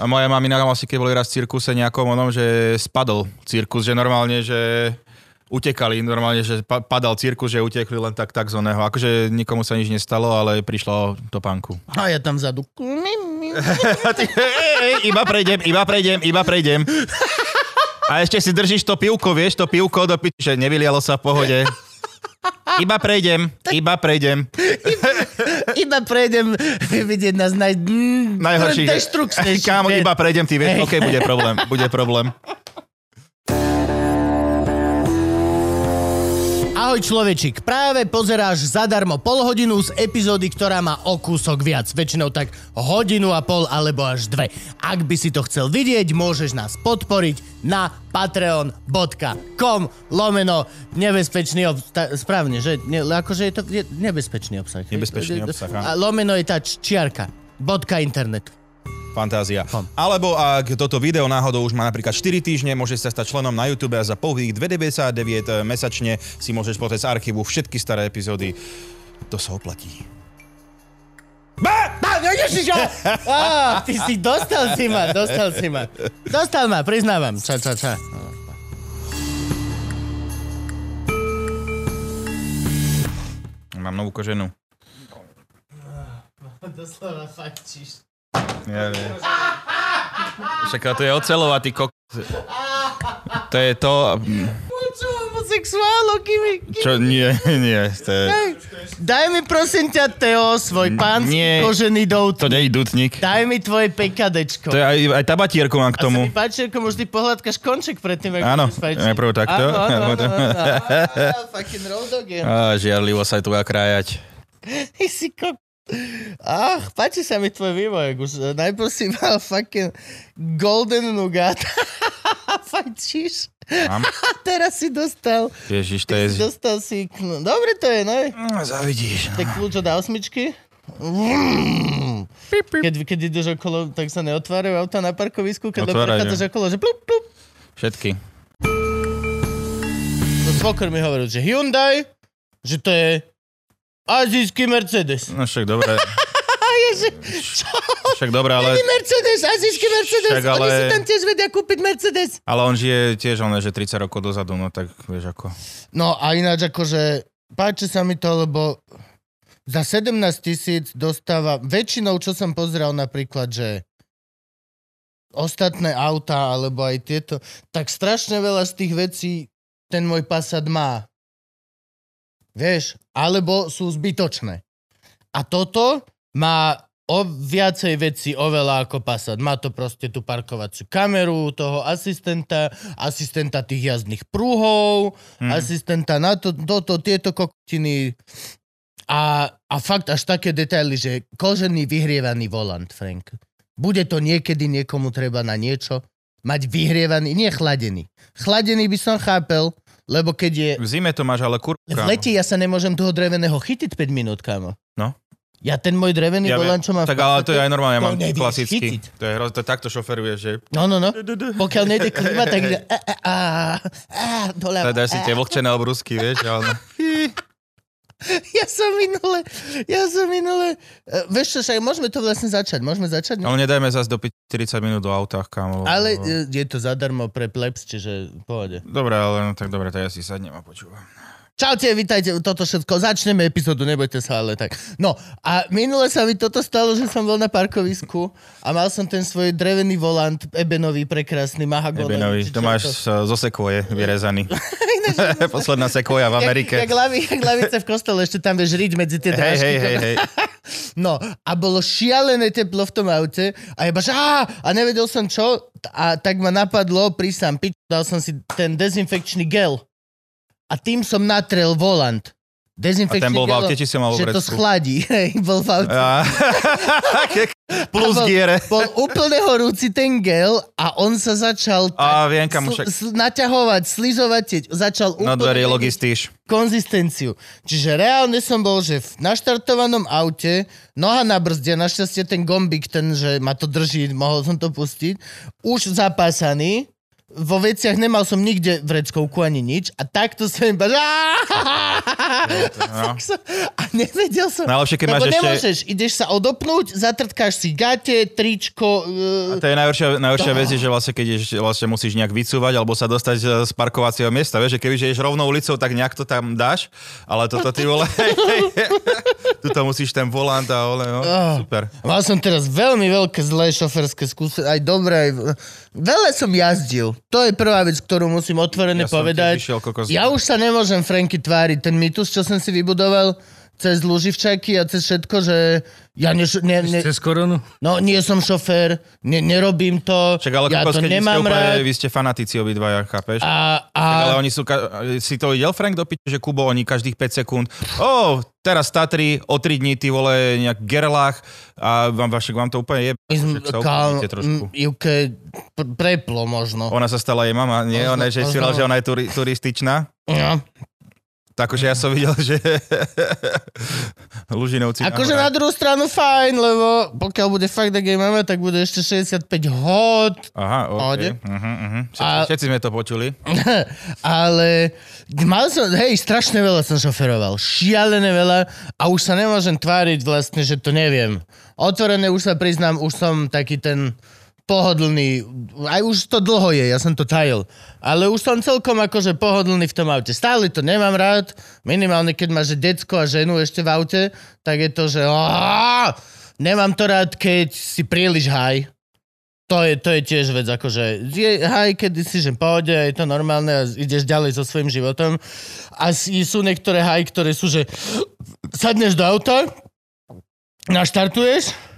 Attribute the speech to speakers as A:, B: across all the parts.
A: A moja mamina vlastne, keď boli raz v cirkuse nejakom onom, že spadol cirkus, že normálne, že utekali, normálne, že pa- padal cirkus, že utekli len tak, tak z oného. Akože nikomu sa nič nestalo, ale prišlo do panku.
B: A ja tam vzadu.
A: A ty, ej, ej, iba prejdem, iba prejdem, iba prejdem. A ešte si držíš to pivko, vieš, to pivko do piči, že nevylialo sa v pohode. Iba prejdem, iba prejdem.
B: Iba prejdem vidieť nás naj...
A: Najhorší. že-
B: Deštrukčnejší.
A: Kámo, iba prejdem, ty vieš, OK, bude problém, bude problém.
B: Ahoj človečik, práve pozeráš zadarmo pol hodinu z epizódy, ktorá má o kúsok viac, väčšinou tak hodinu a pol alebo až dve. Ak by si to chcel vidieť, môžeš nás podporiť na patreon.com lomeno nebezpečný obsah. Správne, že? Ne, akože je to je nebezpečný obsah. hej?
A: Nebezpečný obsah, áno.
B: A lomeno je tá č- čiarka. Bodka internet.
A: Fantázia. Alebo ak toto video náhodou už má napríklad 4 týždne, môžeš sa stať členom na YouTube a za pouhých 2,99 eh, mesačne si môžeš pozrieť z archívu všetky staré epizódy. To sa oplatí.
B: Á, vidíš, čo? Á, ty si dostal si ma, dostal si ma. Dostal ma, priznávam. Ča, ča, ča.
A: Mám novú koženu.
B: Doslova faktíš.
A: Ja viem. Však to je ocelová, ty kok... To je to...
B: Počúvam o sexuálo, kimi, kimi.
A: Čo? Nie, nie. To, je,
B: Daj mi prosím ťa, Teo, svoj pánsky
A: nie.
B: kožený
A: to
B: dout.
A: nie je dutník.
B: Daj mi tvoje PKDčko.
A: To je aj, aj tabatierku mám k
B: Sa
A: tomu.
B: mi páči, ako mu vždy pohľadkaš konček predtým, ako
A: Áno,
B: budeš fajčiť.
A: najprv takto.
B: Áno, áno, áno, áno. Á, Fucking road dog je. no.
A: Á, žiarlivo sa aj tu bude krájať.
B: Ty si kok... Ach, páči sa mi tvoj vývoj, Gus. Najprv si mal fucking golden nougat. Fajčíš.
A: Mám.
B: A teraz si dostal,
A: Ježiš, to je...
B: si dostal si... kn- Dobre to je, no?
A: Mm, Zavidíš.
B: Tak kľúč od osmičky. Keď, keď ideš okolo, tak sa neotvárajú auta na parkovisku, keď len
A: Otvárajú.
B: prechádzaš okolo, že plup, plup.
A: Všetky.
B: No svokor mi hovoril, že Hyundai, že to je azijský Mercedes.
A: No však dobre.
B: Ježe, čo?
A: Však dobre, ale,
B: Ty Mercedes, azijský Mercedes,
A: Však ale-
B: oni si tam tiež vedia kúpiť Mercedes.
A: ale on žije tiež on, že 30 rokov dozadu, no tak vieš ako.
B: No a ináč akože páči sa mi to, lebo za 17 tisíc dostáva, väčšinou čo som pozrel napríklad, že ostatné auta alebo aj tieto, tak strašne veľa z tých vecí ten môj Passat má. Vieš, alebo sú zbytočné. A toto má o viacej veci oveľa ako Passat. Má to proste tú parkovaciu kameru, toho asistenta, asistenta tých jazdných prúhov, mm. asistenta na to, toto, tieto kokotiny. A, a fakt až také detaily, že kožený vyhrievaný volant, Frank. Bude to niekedy niekomu treba na niečo mať vyhrievaný, nie chladený. Chladený by som chápel, lebo keď je
A: V zime to máš, ale kurka.
B: v lete ja sa nemôžem toho dreveného chytiť 5 minút, kámo.
A: No.
B: Ja ten môj drevený ja volant, čo mám... v
A: tak ale to je aj no- normálne, ja
B: to
A: mám
B: nevieš
A: klasický.
B: chytiť.
A: To je hroz, to takto šoferuješ, že...
B: No, no, no. Pokiaľ nejde klima, tak ide... a, a, a, a,
A: Daj
B: doľava,
A: teda si
B: a.
A: tie vlhčené obrusky, vieš, ale...
B: Ja som minule... Ja som minule... e, Vieš čo, však môžeme to vlastne začať. Môžeme začať? No.
A: Ale nedajme zase do 40 minút do autách, kámo.
B: Ale e, je to zadarmo pre plebs, čiže v pohode.
A: Dobre, ale no, tak dobre, tak ja si sadnem a počúvam.
B: Čaute, vitajte, toto všetko, začneme epizódu, nebojte sa, ale tak. No, a minule sa mi toto stalo, že som bol na parkovisku a mal som ten svoj drevený volant, ebenový, prekrásny, mahagónový.
A: Ebenovi,
B: či
A: to
B: čo
A: máš z- zo sekvoje vyrezaný.
B: Ináč,
A: Posledná sekvoja v Amerike.
B: Jak, jak, lavi, jak lavice v kostole, ešte tam vieš riť medzi tie
A: Hej,
B: drážky.
A: hej, hej, hej.
B: No a bolo šialené teplo v tom aute a iba že á, a nevedel som čo a tak ma napadlo, prísam pič, dal som si ten dezinfekčný gel a tým som natrel volant.
A: A ten
B: Dezinfekčný
A: bol v
B: gel,
A: aute, či si mal
B: že to
A: vrecku?
B: schladí. Hej, bol v aute.
A: Á, Plus
B: A bol-
A: diere.
B: Bol úplne horúci ten gel a on sa začal
A: A viem, kam však...
B: s, s, naťahovať, slizovať, tie- začal
A: Na dvere je
B: meniť
A: logistíš.
B: konzistenciu. Čiže reálne som bol, že v naštartovanom aute, noha na brzde, našťastie ten gombik, ten, že ma to drží, mohol som to pustiť, už zapásaný, vo veciach nemal som nikde vreckovku ani nič a takto som iba... že
A: No.
B: A nevedel som...
A: Najlepšie, keď
B: Lebo
A: máš ešte...
B: nemôžeš, ideš sa odopnúť, zatrtkáš si gate, tričko...
A: A
B: Uh,
A: to je najhoršia, najhoršia vec, je, že vlastne keď ješ, vlastne musíš nejak vycúvať alebo sa dostať e, z parkovacieho miesta, vieš, že keby že ješ rovnou ulicou, tak nejak to tam dáš, ale toto ty vole, tuto musíš ten volant a ole, no,
B: Ah.
A: super.
B: e, Mal som teraz veľmi veľké zlé šoferské skúsenosti, aj dobré, aj... Veľa som jazdil. To je prvá vec, ktorú musím
A: Ja
B: otvorene
A: som
B: povedať.
A: tiež išiel, kokos.
B: Ja už sa nemôžem Franky tváriť. Ten mýtus, čo som si vybudoval cez Luživčaky a cez všetko, že ja ne, ne, ne,
C: Cez koronu?
B: no, nie som šofér, ne, nerobím to,
A: Však ale
B: ja
A: kokos, keď
B: to
A: vy ste
B: nemám
A: úplne,
B: rád.
A: vy ste fanatici obidvaja, chápeš?
B: A, a,
A: Tak, ale oni sú, ka- si to videl Frank do piče, že Kubo, oni každých 5 sekúnd, o, oh, teraz Tatry, o 3 dní ty vole nejak gerlách a vám, vašek, vám to úplne je.
B: my sme,
A: však sa
B: kal,
A: ukludnite trošku.
B: m, Juke, pr- preplo možno.
A: Ona sa stala jej mama, nie?
B: Pozna-
A: Ona, že si
B: poznala.
A: vrel, že ona je turi- turističná.
B: No.
A: Takže ja som videl, že Lužinovci...
B: Akože na druhú stranu fajn, lebo pokiaľ bude fakt game mama, tak bude ešte 65 hod,
A: Aha,
B: Pohode.
A: okay. uh-huh, uh-huh. Všetci,
B: A-
A: všetci sme to počuli.
B: ale mal som, hej, strašne veľa som šoferoval, šialené veľa a už sa nemôžem tváriť vlastne, že to neviem. Otvorené už sa priznám, už som taký ten pohodlný, aj už to dlho je, ja som to tajil, ale už som celkom akože pohodlný v tom aute. Stále to nemám rád, minimálne keď máš decko a ženu ešte v aute, tak je to, že "Á, nemám to rád, keď si príliš haj. To je, to je tiež vec, akože je, haj, kedy si, že pohode, je to normálne a ideš ďalej so svojím životom. A si, sú niektoré haj, ktoré sú, že sadneš do auta, naštartuješ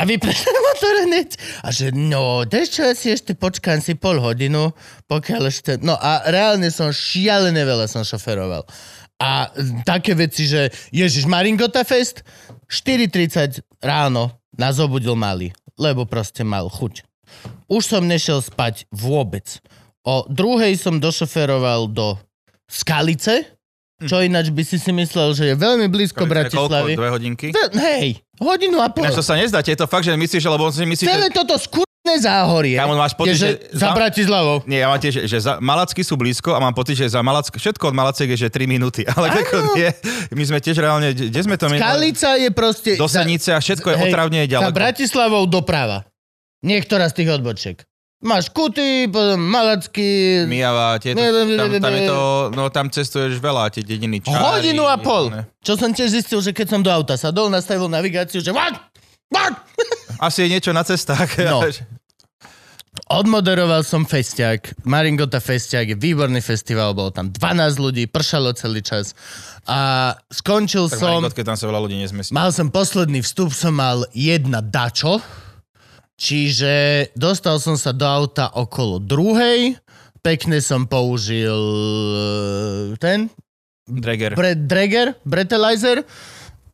B: a vypneš motor hneď. A že no, deš čo, ja si ešte počkám si pol hodinu, pokiaľ ešte... No a reálne som šialené veľa som šoferoval. A také veci, že Ježiš, Maringota Fest, 4.30 ráno nás obudil malý, lebo proste mal chuť. Už som nešiel spať vôbec. O druhej som došoferoval do Skalice, čo ináč by si si myslel, že je veľmi blízko Bratislavy.
A: Dve hodinky?
B: Ve- Hej, hodinu a pol.
A: Ináč to sa nezdá, je to fakt, že myslíš, že- lebo si myslíš, že...
B: Celé toto skurné záhorie
A: Kámo, no máš
B: je,
A: pocit,
B: že
A: že...
B: za Bratislavou.
A: Nie, ja mám tiež, že za, Malacky sú blízko a mám pocit, že za Malack, všetko od Malaciek je, že 3 minúty. Ale ako nie, my sme tiež reálne, kde kde sme to minuli?
B: Kalica je proste...
A: Do
B: za-
A: Senice a všetko je otravne
B: Za
A: ďaleko.
B: Bratislavou doprava. Niektorá z tých odbočiek. Máš Kuty, potom Malacky...
A: Mijava, tieto,
B: Ne, ne, ne,
A: tam,
B: ne,
A: tam je
B: ne.
A: to, no tam cestuješ veľa, tie dediny. Mhm. Čári,
B: Hodinu a pol.
A: ne.
B: Čo som tiež zistil, že keď som do auta sadol, nastavil navigáciu, že... What? What?
A: Asi je niečo na cestách.
B: No.
A: ale že-
B: Odmoderoval som festiak. Maringota festiak je výborný festival, bolo tam 12 ľudí, pršalo celý čas. A skončil
A: tak
B: som...
A: som... Keď tam sa veľa ľudí nezmestí.
B: Mal som posledný vstup, som mal jedna dačo, čiže dostal som sa do auta okolo druhej, pekne som použil e, ten
A: Dreger.
B: Bre- Dreger, Bretelizer.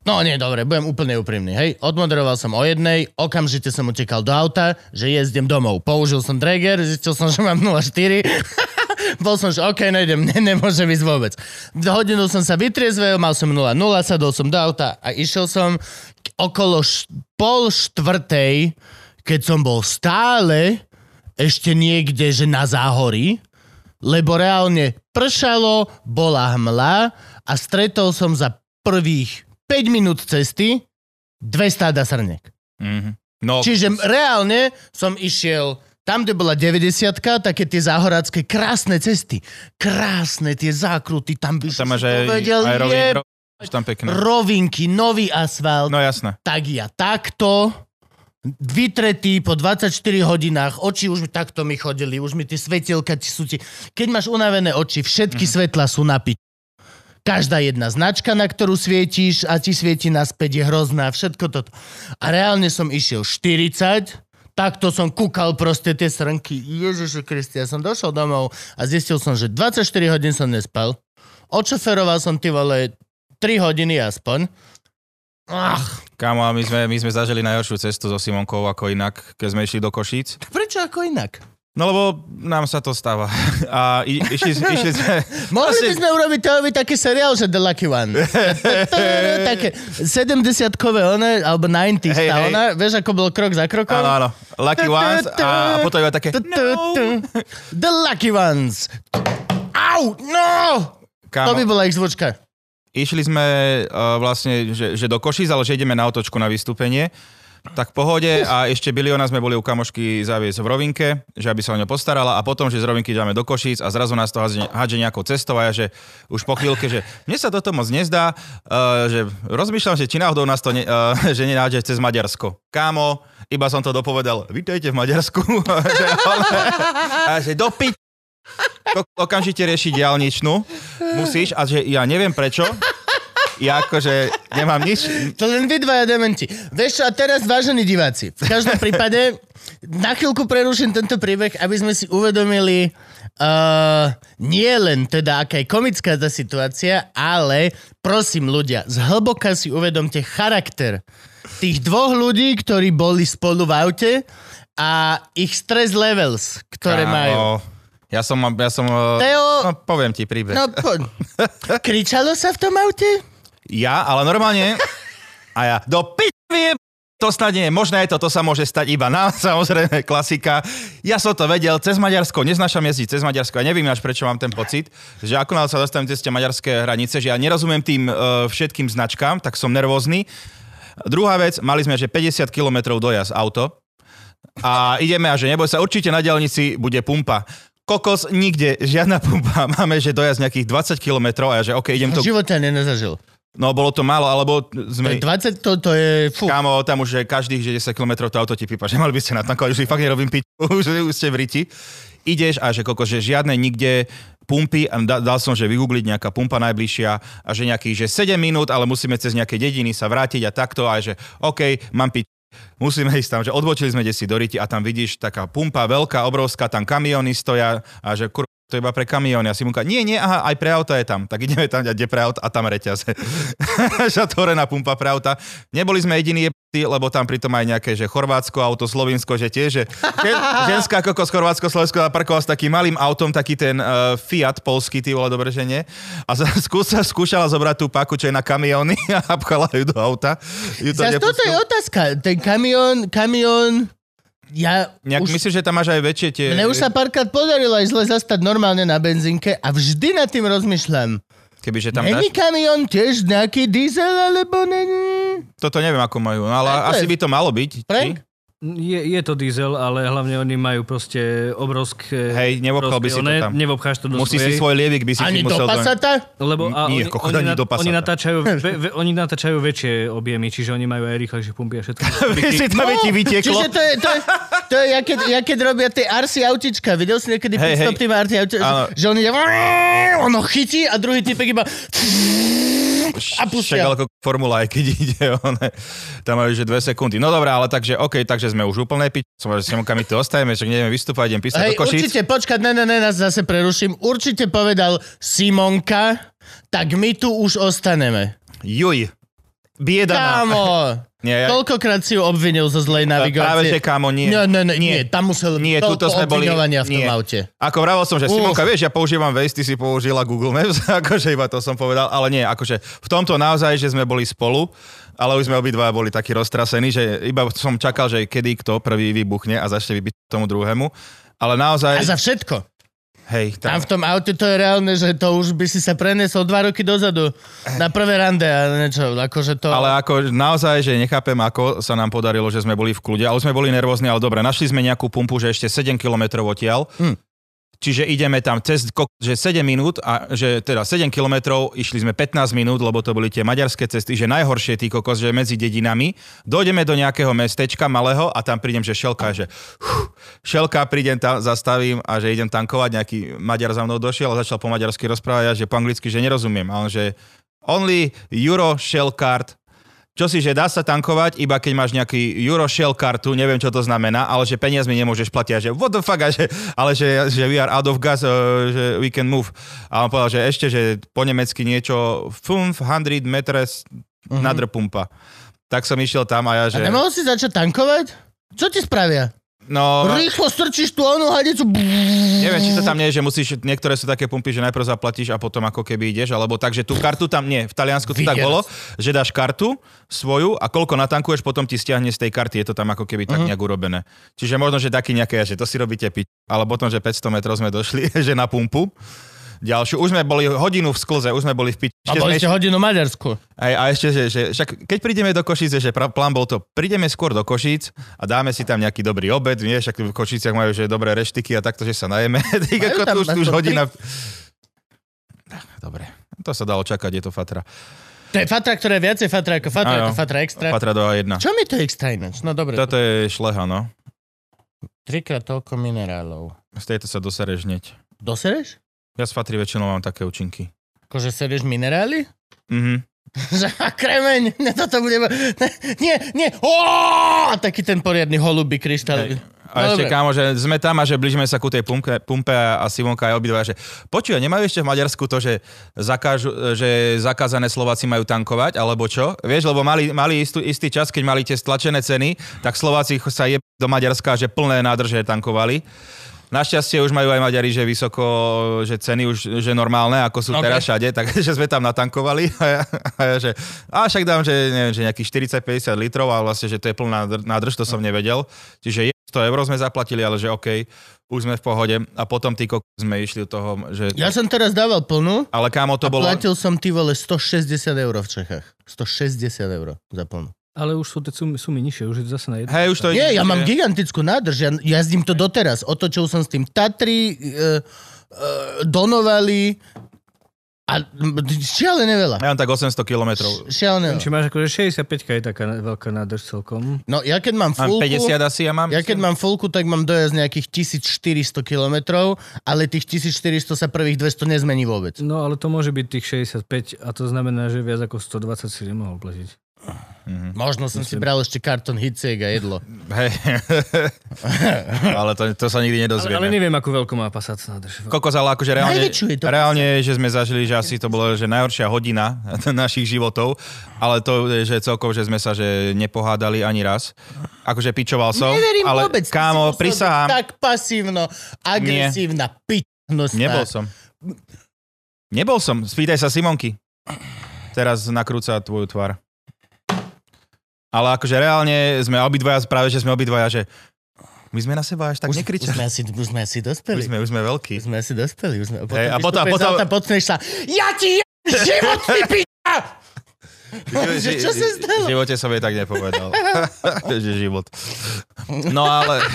B: No nie, dobre, budem úplne úprimný, hej. Odmoderoval som o jednej, okamžite som utekal do auta, že jezdím domov. Použil som Dreger, zistil som, že mám 0,4. Bol som, že OK, nejdem, ne, nemôžem ísť vôbec. Hodinu som sa vytriezvel, mal som 0,0, sadol som do auta a išiel som K- okolo š- pol štvrtej, keď som bol stále ešte niekde, že na záhorí, lebo reálne pršalo, bola hmla a stretol som za prvých 5 minút cesty 200 stáda srnek.
A: Mhm. No,
B: Čiže reálne som išiel tam, kde bola 90 také tie záhoracké krásne cesty. Krásne tie zákruty, tam by
A: tam
B: som
A: máš
B: si
A: aj, no.
B: povedal,
A: aj rovný,
B: je,
A: ro- máš tam pekné.
B: rovinky, nový asfalt,
A: No jasné.
B: tak ja takto, vytretý po 24 hodinách, oči už mi takto mi chodili, už mi tie svetielka ti sú ti... Keď máš unavené oči, všetky mm. svetla sú na pič. Každá jedna značka, na ktorú svietíš a ti svieti naspäť, je hrozná, všetko toto. A reálne som išiel 40, takto som kúkal proste tie srnky. Ježišu Kriste, ja som došiel domov a zistil som, že 24 hodín som nespal. Očoferoval som ty vole 3 hodiny aspoň. Ach,
A: Kámo, a my sme, my sme zažili najhoršiu cestu so Simonkou ako inak, keď sme išli do Košíc.
B: Prečo ako inak?
A: No lebo nám sa to stáva. A i, išli, išli sme...
B: Mohli by
A: Asi-
B: sme urobiť teóriu taký seriál, že The Lucky One. Také 70-kové one, alebo 90 hey,
A: Hej, hej.
B: ona, vieš, ako bol krok za krokom?
A: Áno, áno. Lucky Ones a, a potom iba také...
B: Tu, tu, tu.
A: No.
B: The Lucky Ones. Au, no! To by
A: Kámo,
B: bola ich zvučka.
A: išli sme uh, vlastne, že, že do Košic, ale že ideme na otočku na vystúpenie. Tak v pohode a ešte Biliona sme boli u kamošky zaviesť v Rovinke, že aby sa o ňo postarala a potom, že z Rovinky dáme do Košíc a zrazu nás to hádže, hádže nejakou cestou a ja, že už po chvíľke, že mne sa toto moc nezdá, uh, že rozmýšľam, že či náhodou nás to ne, uh, že nenádže cez Maďarsko. Kámo, iba som to dopovedal, vítajte v Maďarsku. a, že, a že do piť Ko- okamžite rieši diálničnú, musíš, a že ja neviem prečo, ja akože nemám nič,
B: To len vy dvaja dementi. Vieš čo, a teraz, vážení diváci, v každom prípade na chvíľku preruším tento príbeh, aby sme si uvedomili uh, nie len teda, aká je komická tá situácia, ale prosím ľudia, zhlboka si uvedomte charakter tých dvoch ľudí, ktorí boli spolu v aute a ich stress levels, ktoré
A: Kámo,
B: majú.
A: Ja som, ja som, e,
B: Teo-
A: no, poviem ti príbeh.
B: No, po... kričalo sa v tom aute?
A: Ja, ale normálne, a ja, do pi... viem, to snad nie je možné, toto sa môže stať iba nám, samozrejme, klasika. Ja som to vedel, cez Maďarsko, neznášam jazdiť cez Maďarsko, ja neviem až prečo mám ten pocit, že ako náhle sa dostanem cez tie maďarské hranice, že ja nerozumiem tým e, všetkým značkám, tak som nervózny. Druhá vec, mali sme, že 50 kilometrov dojazd auto, a ideme a že neboj sa, určite na diálnici bude pumpa. Kokos, nikde, žiadna pumpa. Máme, že dojazd nejakých 20 kilometrov a ja, že OK, idem
B: To...
A: to...
B: Života nezažil.
A: No, bolo to málo, alebo sme...
B: 20, to, to je... Fú.
A: Kámo, tam už že každých že 10 km to auto ti pípa, že mali by ste natankovať, už si fakt nerobím piť, už, už ste v riti. Ideš a že koko, že žiadne nikde pumpy, a da, dal som, že vygoogliť nejaká pumpa najbližšia a že nejakých, že 7 minút, ale musíme cez nejaké dediny sa vrátiť a takto a že OK, mám piť musíme ísť tam, že odbočili sme desi do Riti a tam vidíš taká pumpa veľká, obrovská, tam kamiony stoja a že kur to je iba pre kamióny. A Simonka, nie, nie, aha, aj pre auta je tam. Tak ideme tam, kde pre auta a tam reťaze. Žatvorená pumpa pre auta. Neboli sme jediní jebci, lebo tam pritom aj nejaké, že Chorvátsko, auto, Slovinsko, že tiež, že žen, ženská kokos Chorvátsko, Slovensko a parkoval s takým malým autom, taký ten uh, Fiat polský, ty vole, dobre, že nie. A za- skúsa, skúšala zobrať tú paku, čo je na kamióny a pchala ju do auta. Ju to
B: Zas toto
A: nepustilo.
B: je otázka. Ten kamión, kamión, ja
A: Nejak
B: už,
A: už... myslím, že tam máš aj väčšie tie...
B: mne už sa párkrát podarilo aj zle zastať normálne na benzínke a vždy nad tým rozmýšľam.
A: Keby, že tam
B: Tam Není
A: dáš...
B: kamión tiež nejaký diesel, alebo není?
A: Toto neviem, ako majú, no ale
B: Tak to
A: asi
B: je-
A: by to malo byť. či?
B: Frank?
C: Je, je to diesel, ale hlavne oni majú proste obrovské...
A: Hej, nevobchal by si
C: obrovské
A: to
C: one,
A: tam.
C: Nevobcháš to do
A: Musí si
C: svojej.
A: svoj lievik by si si
B: Ani do
A: musel...
B: Passata?
C: Lebo a
A: Nie,
C: oni,
A: kokos,
C: oni,
A: ani
C: nat-
A: do Passata.
C: oni, natáčajú, ve, ve, oni natáčajú väčšie objemy, čiže oni majú aj rýchlejšie pumpy a všetko.
A: By si tam no, ti vytieklo.
B: Oh, Čiže to je, to je, to je ja, keď, ja keď robia tie RC autička, videl si niekedy hey,
A: Hej,
B: pitstop
A: hej.
B: tým RC autička,
A: Áno.
B: že on ide, ono chytí a druhý typek iba a
A: Však
B: pustia.
A: ale ako formula, aj keď ide, one, tam majú že dve sekundy. No dobrá, ale takže, OK, takže sme už úplne piť. Som že s Simonka, my tu ostajeme, že nejdeme vystúpať, idem písať
B: Hej,
A: do košíc.
B: určite, počkať, ne, ne, ne, nás zase preruším. Určite povedal Simonka, tak my tu už ostaneme.
A: Juj, bieda nám.
B: Kámo,
A: Nie, ja,
B: koľkokrát si ju obvinil zo zlej navigácie?
A: práve že kámo, nie.
B: Nie, nie, nie, nie, tam musel
A: Nie,
B: toľko
A: tuto sme boli-
B: obviňovania v tom
A: nie.
B: aute.
A: Ako vravel som, že
B: Uf.
A: Simonka, vieš, ja používam Waze, ty si použila Google Maps, akože iba to som povedal, ale nie, akože v tomto naozaj, že sme boli spolu, ale už sme obidva boli takí roztrasení, že iba som čakal, že kedy kto prvý vybuchne a začne vybiť tomu druhému. Ale
B: A
A: naozaj,
B: za všetko.
A: hej,
B: Tam
A: tam,
B: v tom aute to je reálne, že to už by si sa preniesol dva roky dozadu na prvé rande a niečo, akože to...
A: Eh. ale ako naozaj, že nechápem, ako sa nám podarilo, že sme boli v kľude, ale už sme boli nervózni, ale dobre, našli sme nejakú pumpu, že ešte 7 km odtiaľ,
B: Hm.
A: Čiže ideme tam cez, ko- že 7 minút, a, že teda 7 kilometrov, išli sme 15 minút, lebo to boli tie maďarské cesty, že najhoršie tý kokos, že medzi dedinami. Dojdeme do nejakého mestečka malého a tam prídem, že šelka, že hú, šelka, prídem tam, zastavím a že idem tankovať, nejaký Maďar za mnou došiel a začal po maďarsky rozprávať a že po anglicky, že nerozumiem. A on, že only euro shell card čo si, že dá sa tankovať, iba keď máš nejaký Euro Shell kartu, neviem čo to znamená, ale že peniazmi nemôžeš platiť, a že what the fuck, a že, ale že, že we are out of gas, uh, že we can move. A on povedal, že ešte, že po nemecky niečo 500 metres mm-hmm. nadr pumpa. Tak som išiel tam a ja,
B: A
A: že...
B: nemohol si začať tankovať? Čo ti spravia?
A: No,
B: Rýchlo strčíš tú onú hadicu.
A: neviem, či to tam nie je, že musíš, niektoré sú také pumpy, že najprv zaplatíš a potom ako keby ideš, alebo tak, že tú kartu tam, nie, v Taliansku to tak
B: Vyjazd.
A: bolo, že dáš kartu svoju a koľko natankuješ, potom ti stiahne z tej karty, je to tam ako keby tak nejak urobené. Čiže možno, že taký nejaké, že to si robíte piť, ale potom, že 500 metrov sme došli, že na pumpu. Ďalšiu. Už sme boli hodinu v sklze, už sme boli v piči. Ešte
B: A
A: sme
B: boli ste hodinu Maďarsku.
A: Aj, a ešte, že, že však keď prídeme do Košice, že pra, plán bol to, prídeme skôr do Košíc a dáme si tam nejaký dobrý obed, vieš, však v Košiciach majú že dobré reštiky a takto, že sa najeme. Tak ako
B: tam
A: tu už, tu už
B: aspoň
A: hodina... Ah, Dobre, to sa dalo čakať, je to Fatra.
B: To je fatra, ktorá je viacej fatra ako fatra,
A: Áno.
B: je to fatra extra.
A: Fatra 2 a 1.
B: Čo mi to extra ináč? No dobre,
A: Toto je šleha, no.
B: trikrát toľko minerálov.
A: Z tejto sa dosereš hneď.
B: Dosereš?
A: Ja z Fatry väčšinou mám také účinky.
B: Akože sereš minerály?
A: Mhm.
B: Že a kremeň, ne, toto bude... Ne, nie, nie, Ó! taký ten poriadny holubý kryštálový.
A: A
B: No
A: ešte
B: dobre.
A: kámo, že sme tam a že blížime sa ku tej pumpe, pumpe a a Simonka aj obidva, že počuj, a nemajú ešte v Maďarsku to, že, zakážu, že zakázané Slováci majú tankovať, alebo čo? Vieš, lebo mali, mali istú, istý čas, keď mali tie stlačené ceny, tak Slováci ch- sa je do Maďarska, že plné nádrže tankovali. Našťastie už majú aj Maďari, že vysoko, že ceny už že normálne, ako sú
B: Ok.
A: okay. teraz všade, takže sme tam natankovali a ja, a ja že, a však dám, že neviem, že nejakých 40-50 litrov a vlastne, že to je plná nádr- nádrž, to som nevedel. Čiže je- 100 eur sme zaplatili, ale že OK, už sme v pohode a potom ty kok- sme išli do toho, že...
B: Ja som teraz dával plnú
A: Ale kámo, to
B: a
A: bolo...
B: platil som ty vole 160 eur v Čechách. 160 eur za plnú.
C: Ale už sú tie sumy, sumy nižšie, už je to zase na jedno.
A: Hej, už to
B: Nie,
A: ide-
B: ja mám
A: že-
B: gigantickú nádrž, ja jazdím to doteraz. Otočil som s tým Tatry, e, e, Donovali a m, šialené veľa.
A: Ja mám tak 800 kilometrov.
B: Šialené
C: Či
B: veľa.
C: máš akože 65 je taká na- veľká nádrž celkom.
B: No ja keď mám
A: Mám
B: fulku,
A: 50 asi, ja mám.
B: ja keď mám fulku, tak mám dojazd nejakých 1400 kilometrov, ale tých 1400 sa prvých 200 nezmení vôbec.
C: No ale to môže byť tých 65 a to znamená, že viac ako 120 si nemohol platiť.
A: Mhm.
B: Možno som si bral ešte karton hiciek a jedlo.
A: Hej. ale to, to sa nikdy
C: Ale,
A: nedozvieme.
C: ale neviem, akú veľkú má Passat nádrž.
A: Kokos, ale akože reálne,
B: Najväčšiu je to.
A: reálne, že sme zažili, že asi to bolo, že najhoršia hodina našich životov, ale to, je, že celkovo, že sme sa že nepohádali ani raz. Akože pičoval som,
B: Neverím
A: ale
B: vôbec. ty si
A: kámo,
B: musel byť
A: prisahám,
B: Tak pasívno, agresívna, no, pičnosť.
A: Nebol som. Nebol som. Spýtaj sa Simonky. Teraz nakrúca tvoju tvár. Ale akože reálne sme obidvaja, práve že sme obidvaja, že my sme na seba až tak
B: Už, už,
A: nekričali.
B: sme asi, už sme asi
A: Už
B: dospeli.
A: sme, už sme veľkí.
B: Už sme asi dospeli. Už sme,
A: Hej, a potom- a
B: vystúpeš z
A: potom-
B: auta, potkneš sa. Ja ti je život, ty piča! Že čo sa stalo?
A: V živote som jej tak nepovedal. že život. No ale...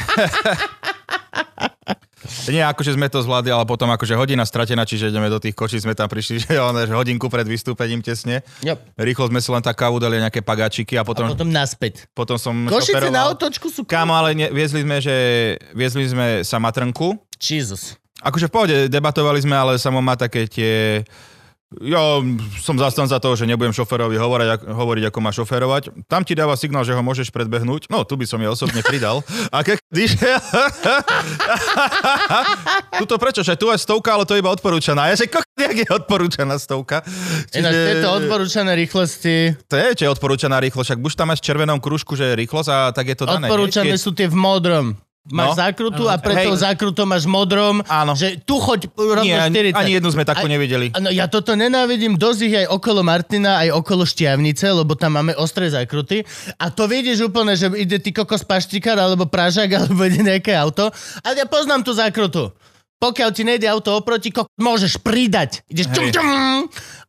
A: Nie, akože sme to zvládli, ale potom akože hodina stratená, čiže ideme do tých kočí, sme tam prišli, že, ono, že hodinku pred vystúpením tesne.
B: Yep.
A: Rýchlo sme si len tak kávu dali nejaké pagačiky a
B: A
A: potom,
B: potom naspäť.
A: potom som
B: Košice
A: šoferoval.
B: na otočku sú...
A: Kámo, ale ne, viezli sme, že viezli sme samatrnku.
B: Jesus.
A: Akože v pohode, debatovali sme, ale samo má také tie... Ja som zastanca toho, že nebudem šoferovi hovoriť, ak, hovoriť, ako má šoferovať. Tam ti dáva signál, že ho môžeš predbehnúť. No, tu by som ja osobne pridal. A keď... Tuto prečo? Že tu je stovka, ale to je iba odporúčaná. Ja že ko... jak je odporúčaná stovka?
B: Ináč tieto odporúčané rýchlosti,
A: To je, čo je odporúčaná rýchlosť. Však buď tam máš v červenom krúžku, že je rýchlosť a tak je to dané. nie?
B: odporúčané
A: Keď-
B: sú tie v modrom.
A: No.
B: Máš zákrutu a pred
A: Hej.
B: tou zákrutou máš modrom,
A: Áno.
B: že tu choď rovno
A: Nie, ani,
B: 40.
A: ani jednu sme takú
B: A-
A: nevideli.
B: Áno, ja toto nenávidím, dosť ich aj okolo Martina, aj okolo Štiavnice, lebo tam máme ostré zákruty. A to vidíš úplne, že ide ty kokos paštikár, alebo pražák, alebo ide nejaké auto. Ale ja poznám tú zákrutu. Pokiaľ ti nejde auto oproti, kok- môžeš pridať. Ideš čum,
A: Hej.
B: čum,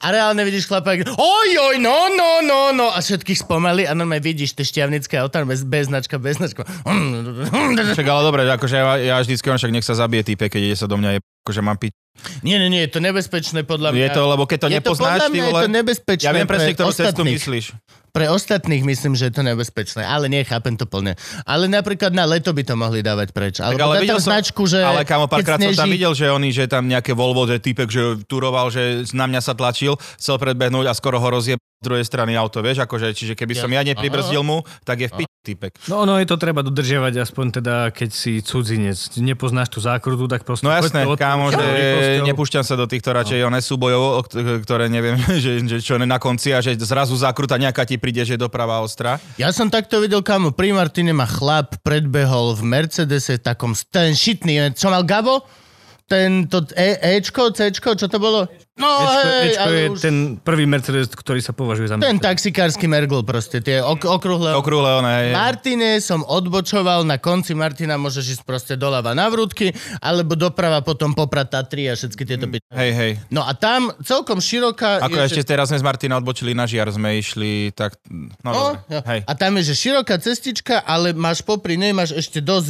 B: a reálne vidíš chlapák, oj, oj, no, no, no, no. A všetkých spomali a normálne vidíš tie šťavnické auta, bez, bez značka, bez značka.
A: Však ale dobre, akože ja, ja vždycky on však nech sa zabije týpe, keď ide sa do mňa je, akože mám piť.
B: Nie, nie, nie, je to nebezpečné podľa mňa.
A: Je to, lebo keď to
B: je to
A: nepoznáš,
B: podľa
A: ty
B: mňa je
A: vole,
B: to nebezpečné
A: ja viem presne,
B: pre
A: ktorú cestu
B: ostatných.
A: myslíš.
B: Pre ostatných myslím, že je to nebezpečné, ale nechápem to plne. Ale napríklad na leto by to mohli dávať preč. Alebo
A: ale
B: dať tam
A: videl som-
B: značku, že
A: Ale kámo,
B: keď
A: párkrát som tam
B: sneží-
A: videl, že oni, že tam nejaké Volvo, že týpek, že turoval, že na mňa sa tlačil, chcel predbehnúť a skoro ho rozjeb druhej strany auto, vieš, akože, čiže keby som ja
B: Jasne.
A: nepribrzdil mu, tak je v piči typek.
C: No, no, je to treba dodržiavať aspoň teda, keď si cudzinec. Nepoznáš tú zákrutu, tak proste...
A: No
C: poď
A: jasné,
C: to odporúčam
A: kámo, že
C: rýchlosťou.
A: nepúšťam sa do týchto radšej one súbojov, o kt- ktoré neviem, že, že čo je na konci a že zrazu zakruta nejaká ti príde, že je doprava ostrá.
B: Ja som takto videl, kamo, pri Martine ma chlap predbehol v Mercedese takom, ten šitný, eh, čo mal Gabo? Ten to e, Ečko, Cčko, čo to bolo? No
C: Ečko,
B: hej,
C: Ečko
B: ale
C: je
B: už...
C: ten prvý Mercedes, ktorý sa považuje za
B: ten
C: Mercedes.
B: taxikársky mergl proste, tie ok, okrúhle...
A: Okrúhle one, hej.
B: Martine som odbočoval, na konci Martina môžeš ísť proste doľava na vrútky, alebo doprava potom popratá tri a všetky tieto byť.
A: Mm, hej, hej.
B: No a tam celkom široká...
A: Ako
B: je,
A: ešte
B: že-
A: teraz sme z Martina odbočili na žiar, sme išli, tak... No,
B: No,
A: dobre, hej.
B: a tam je, že široká cestička, ale máš popri nej, máš ešte dosť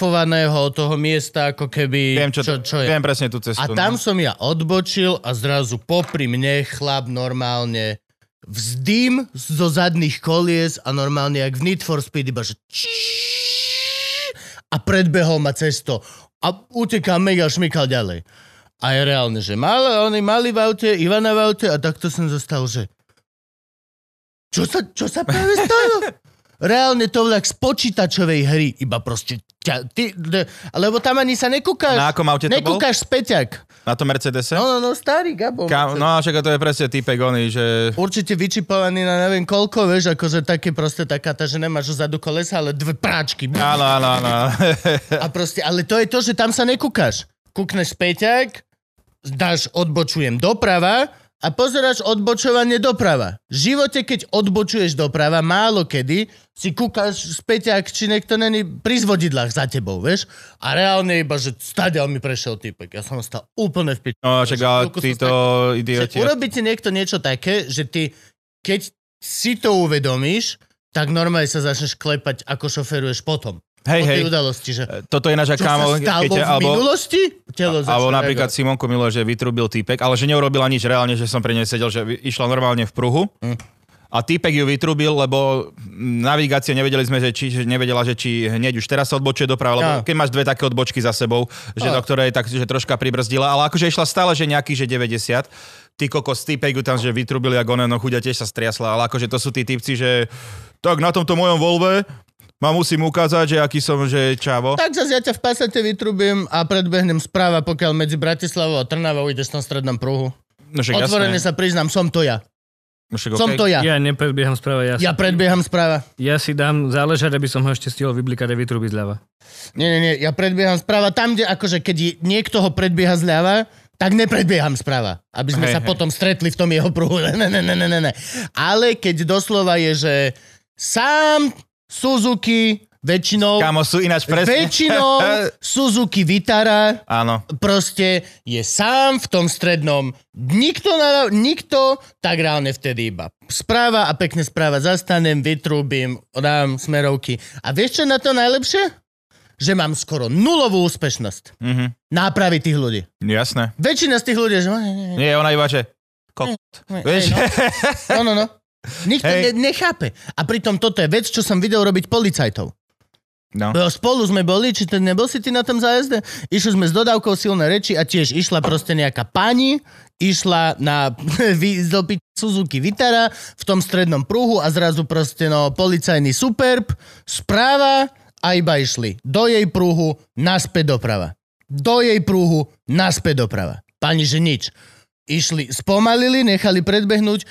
B: vyšrafovaného toho miesta, ako keby...
A: Viem, čo,
B: čo, čo je.
A: viem presne tú cestu.
B: A tam
A: no.
B: som ja odbočil a zrazu popri mne chlap normálne vzdým zo zadných kolies a normálne jak v Need for Speed iba že číš- a predbehol ma cesto a utekal mega šmykal ďalej. A je reálne, že mal, oni mali v aute, Ivana v aute a takto som zostal, že čo sa, čo sa práve stalo? Reálne to bolo jak z počítačovej hry, iba proste ťa, ty, de, lebo tam ani sa nekúkáš.
A: Na akom aute to bol?
B: Nekúkáš späťak.
A: Na tom Mercedese?
B: No, no, no, starý Gabo.
A: Kam, no a však to je presne typek oný, že...
B: Určite vyčipovaný na neviem koľko, vieš, akože také proste taká tá, že nemáš vzadu kolesa, ale dve práčky.
A: Áno, áno, áno.
B: A proste, ale to je to, že tam sa nekúkaš. Kúkneš späťak, dáš odbočujem doprava a pozeráš odbočovanie doprava. V živote, keď odbočuješ doprava, málo kedy si kúkaš späťak, či niekto není pri zvodidlách za tebou, vieš? A reálne iba, že stadiaľ mi prešiel typek. Ja som stal úplne v piči.
A: No, však ale
B: Koľko som
A: títo
B: Že
A: idioti...
B: urobí ti niekto niečo také, že ty, keď si to uvedomíš, tak normálne sa začneš klepať, ako šoferuješ potom.
A: Hej,
B: po tej
A: hej. E,
B: udalosti, že
A: To je ináč,
B: čo
A: kámo,
B: sa stalo
A: keď ťa-
B: v minulosti? Telo začne
A: Alebo napríklad
B: reagovať.
A: Simonko Milo, že vytrubil týpek, ale že neurobila nič reálne, že som pri nej sedel, že vy- išla normálne v pruhu. A týpek ju vytrubil, lebo navigácia nevedeli sme, že či, že nevedela, že či hneď už teraz sa odbočuje doprava, lebo
B: Áno.
A: keď máš dve také odbočky za sebou, že do
B: Áno.
A: ktorej tak, že troška pribrzdila, ale akože išla stále, že nejaký, že 90. Ty kokos, týpek ju tam, že vytrubili, ako ono, no chudia tiež sa striasla, ale akože to sú tí typci, že tak na tomto mojom Volve ma musím ukázať, že aký som, že čavo.
B: Tak zase ja ťa v pasate vytrubím a predbehnem správa, pokiaľ medzi Bratislavou a Trnavou ideš na strednom pruhu.
A: No však
B: Otvorene
A: jasné.
B: sa priznám, som to ja.
A: No však okej.
B: Som to ja.
C: Ja nepredbieham správa, ja,
B: Ja
C: ja.
B: predbieham správa.
C: ja si dám záležať, aby som ho ešte stihol vyblikať a vytrubiť zľava.
B: Nie, nie, nie, ja predbieham správa tam, kde akože keď je- niekto ho predbieha zľava, tak nepredbieham správa, aby sme
A: Hej,
B: hej, sa
A: hej.
B: hej. potom stretli v tom jeho pruhu. Ne, ne, ne, ne, ne, ne. Ale keď doslova je, že sám Suzuki väčšinou...
A: Kámo, sú ináč presne.
B: Väčšinou Suzuki Vitara
A: Áno.
B: proste je sám v tom strednom. Nikto, na, nikto tak reálne vtedy iba správa a pekne správa zastanem, vytrúbim, dám smerovky. A vieš čo je na to najlepšie? Že mám skoro nulovú úspešnosť
A: Mhm.
B: nápravy tých ľudí.
A: Jasné.
B: Väčšina z tých ľudí, že... "Ne, ne, ne,
A: Nie, ona iba, že... Kokot.
B: ne,
A: Vieš?
B: hej, No, no, no. no. Nikto
A: Hej.
B: ne, nechápe. A pritom toto je vec, čo som videl robiť policajtov.
A: No.
B: Bo Spolu sme boli, či ten nebol si ty na tom zájazde? Išli sme s dodávkou silné reči a tiež išla proste nejaká pani, išla na vy- do pi- Suzuki Vitara v tom strednom pruhu a zrazu proste no policajný superb, správa a iba išli. Do jej pruhu, naspäť doprava. Do jej pruhu, naspäť doprava. Pani, že nič. Išli, spomalili, nechali predbehnúť,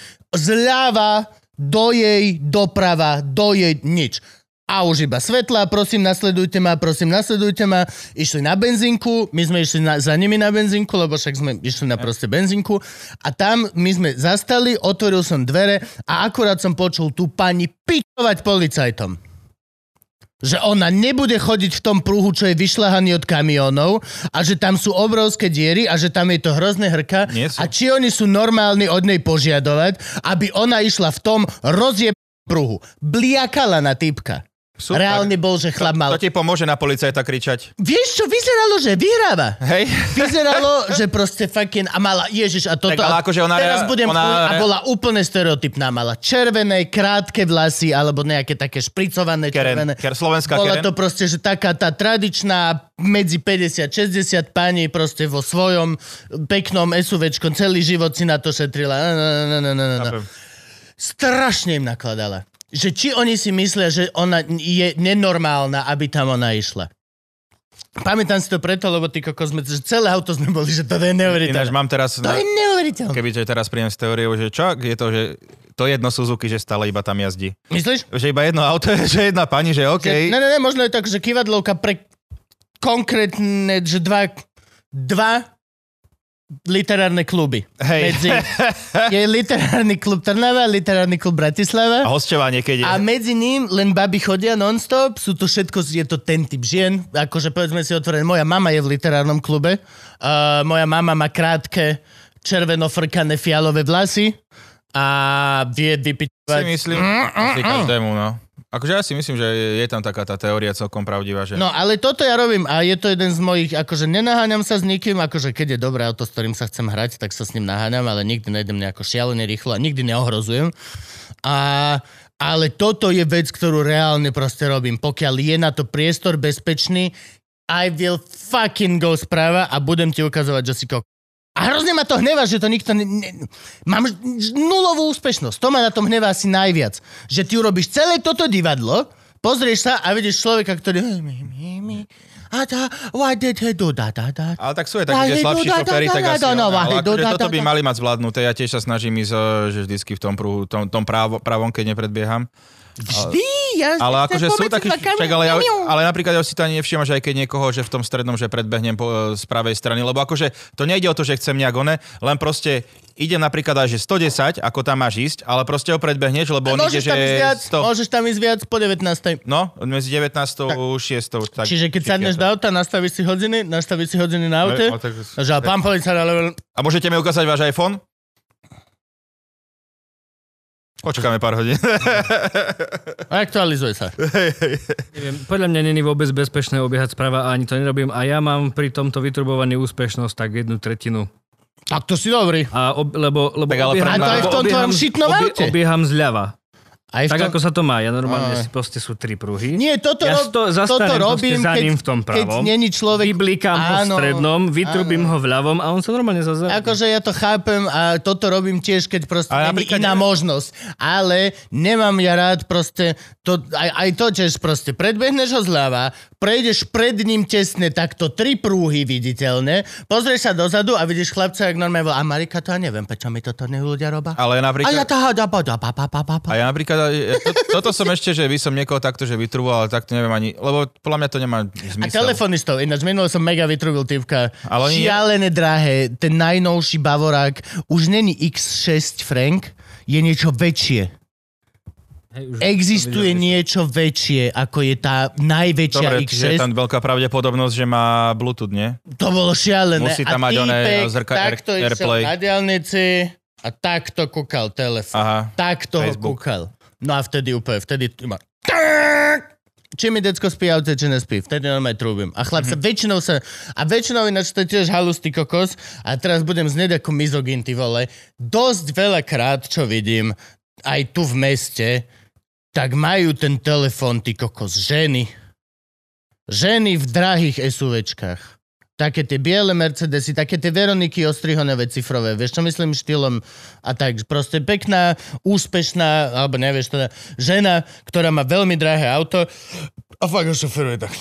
B: zľava, do jej, doprava, do jej, nič a už iba svetla, prosím, nasledujte ma, prosím, nasledujte ma. Išli na benzinku, my sme išli na, za nimi na benzinku, lebo však sme išli na proste benzinku. A tam my sme zastali, otvoril som dvere a akurát som počul tú pani pičovať policajtom. Že ona nebude chodiť v tom pruhu, čo je vyšľahaný od kamionov a že tam sú obrovské diery a že tam je to hrozné hrka.
A: Nie sú.
B: A či oni sú normálni od nej požiadovať, aby ona išla v tom rozjeb pruhu. Bliakala na typka.
A: Super.
B: Reálne bol, že chlap
A: To
B: mal...
A: ti pomôže na policajta kričať.
B: Vieš čo, vyzeralo, že vyhráva.
A: Hej?
B: Vyzeralo, že proste fucking... A mala, ježiš, a toto...
A: Tak ale akože ona-
B: Teraz budem
A: ona-
B: chuj, a bola úplne stereotypná. Mala červené, krátke vlasy, alebo nejaké také špricované
A: Keren.
B: červené.
A: Ker, slovenská
B: Bola
A: Keren.
B: to proste, že taká tá tradičná medzi 50-60 pani proste vo svojom peknom SUVčkom celý život si na to šetrila. No, no, no, no, no, no.
A: Chápem.
B: strašne im nakladala. Že či oni si myslia, že ona je nenormálna, aby tam ona išla. Pamätám si to preto, lebo ty kokos sme, že celé auto sme boli, že to je
A: Ináč
B: neuveriteľné.
A: mám teraz...
B: Teda- To je neuveriteľné.
A: Keby že teraz príjem s teóriou, že čo, je to, že to jedno Suzuki, že stále iba tam jazdí.
B: Myslíš?
A: Že iba jedno auto, že jedna pani, že
B: Že,
A: OK.
B: ne, ne, ne, možno je tak, že kývadlovka pre konkrétne, že dva, dva literárne kluby.
A: Hej.
B: Medzi, je literárny klub Trnava, literárny klub Bratislava.
A: A hostovanie, keď je.
B: A medzi ním len baby chodia non-stop, sú to všetko, je to ten typ žien, akože povedzme si otvorené, moja mama je v literárnom klube, uh, moja mama má krátke, červeno frkané fialové vlasy a
A: si
B: vie vypitovať.
A: myslím,
B: mm,
A: asi každému, no. Akože ja si myslím, že je je tam taká tá teória celkom pravdivá, že...
B: No ale toto ja robím a je to jeden z mojich, akože nenaháňam sa s nikým, akože keď je dobré auto, s ktorým sa chcem hrať, tak sa s ním naháňam, ale nikdy nejdem nejako šialene rýchlo a nikdy neohrozujem. A, ale toto je vec, ktorú reálne proste robím. Pokiaľ je na to priestor bezpečný, I will fucking go správa a budem ti ukazovať, že si kok. A hrozne ma to hnevá, že to nikto... Ne, ne, mám ž- nulovú úspešnosť. To ma na tom hnevá asi najviac. Že ty urobíš celé toto divadlo, pozrieš sa a vidíš človeka, ktorý... A tá, why did he do that? A tá.
A: Ale tak sú aj
B: Why
A: takí, že
B: they
A: slabší
B: do that,
A: šoféry,
B: da,
A: tak
B: da,
A: asi
B: da,
A: áno,
B: why
A: ale
B: they do
A: akože
B: that,
A: toto by
B: da.
A: mali mať zvládnuté. Ja tiež sa snažím ísť, e, že vždycky v tom pruhu, tom, tom právo, pravom, keď nepredbieham.
B: Vždy, ja
A: Ale akože sú
B: vôbec
A: takí,
B: iba kam-
A: čak, ale, ja,
B: kamiu.
A: ale napríklad ja si to ani nevšímam, že aj keď niekoho, že v tom strednom, že predbehnem po, e, z pravej strany, lebo akože to nejde o to, že chcem nejak one, len proste idem napríklad aj, že 110, ako tam máš ísť, ale proste ho predbehneš, lebo on ide,
B: Môžeš
A: že
B: tam ísť viac,
A: 100.
B: môžeš tam ísť viac po 19.
A: No, medzi 19 a 6. Tak,
B: Čiže keď sadneš do auta, nastavíš si hodiny, nastavíš si hodiny na aute,
A: a tak-
B: že a pán policajt, ale
A: A môžete mi ukázať váš iPhone? Počkáme pár hodín.
B: aktualizuje sa.
C: Neviem, podľa mňa není vôbec bezpečné obiehať správa a ani to nerobím. A ja mám pri tomto vytrubovaný úspešnosť tak jednu tretinu.
B: Tak to si dobrý.
C: A ob, lebo, lebo
A: Tak ale
C: obieham,
A: pre- A to aj v
C: lebo
B: tom tvojom šitnom aute?
C: obieham zľava.
B: Aj v
C: Tak
B: tom...
C: ako sa to má. Ja normálne
B: Aj.
C: si proste sú tri pruhy.
B: Nie, toto,
C: ja
B: rob...
C: to
B: toto
C: zastanem proste
B: robím,
C: za
B: keď,
C: ním v tom
B: keď
C: pravom.
B: není človek...
C: Vyblikám ho v
B: Áno,
C: strednom, vytrubím
B: áno.
C: ho v ľavom a on sa normálne zazadí.
B: Akože ja to chápem a toto robím tiež, keď proste
A: Ale
B: není
A: napríklad-
B: iná možnosť. Ale nemám ja rád proste, to, aj, aj to tiež proste, predbehneš ho zľava, prejdeš pred ním tesne takto tri prúhy viditeľné, pozrieš sa dozadu a vidíš chlapca, jak normálne volá, a Marika, to ja neviem, prečo mi toto ne ľudia robá.
A: Ale
B: A
A: napríklad...
B: ja tá, da, ba, da, ba, ba, ba, ba.
A: A ja napríklad, ja to, toto som ešte, že by som niekoho takto, že vytruval, ale takto neviem ani, lebo podľa mňa to nemá
B: A
A: zmysel.
B: telefonistov, ináč minule som mega vytrúbil typka.
A: Ale
B: Ale
A: oni-
B: Šialené drahé, ten najnovší Bavorák, už není X6 Frank, je niečo väčšie.
C: Hej, už
B: Existuje
C: to videl,
B: niečo väčšie, ako je tá najväčšia
A: Dobre,
B: X6.
A: čiže je tam veľká pravdepodobnosť, že má Bluetooth, nie?
B: To bolo šialené.
A: Musí tam mať oné
B: týpek
A: zrka- Air-
B: takto išiel
A: AirPlay.
B: na diálnici a takto kúkal telefón.
A: Aha.
B: Takto ho
A: Facebook.
B: kúkal. No a vtedy úplne, vtedy t- ma... Či mi decko spí aute, či nespí. Vtedy normálne trúbim. A chlap sa mm-hmm. väčšinou sa... A väčšinou ináč to je tiež halustý kokos. A teraz budem znieť ako mizogin, ty vole. Dosť veľakrát, čo vidím, aj tu v meste, tak majú ten telefón, ty kokos, ženy. Ženy v drahých SUVčkách. Také tie biele Mercedesy, také tie Veroniky ostrihoné cifrové, vieš čo myslím štýlom a tak. Proste pekná, úspešná, alebo nevieš teda, žena, ktorá má veľmi drahé auto a fakt ho šoferuje tak.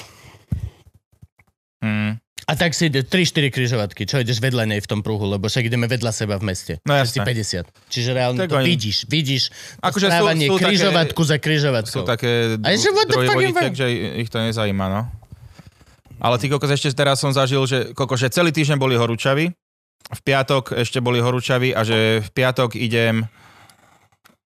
A: Hmm.
B: A tak si ide 3-4 križovatky, čo ideš vedľa nej v tom pruhu, lebo však ideme vedľa seba v meste.
A: No
B: Si
A: jasné.
B: 50. Čiže reálne
A: Tak
B: to
A: oni-
B: vidíš, vidíš.
A: Akože
B: Akože
A: sú-
B: správanie
A: sú také-
B: križovatku za križovatkou.
A: Sú také
B: A ešte what the
A: druhý
B: fucking
A: voditek,
B: fuck?
A: že ich to nezajíma, no. Ale ty kokos, ešte teraz som zažil, že, kokos, že celý týždeň boli horúčaví, v piatok ešte boli horúčaví a že v piatok idem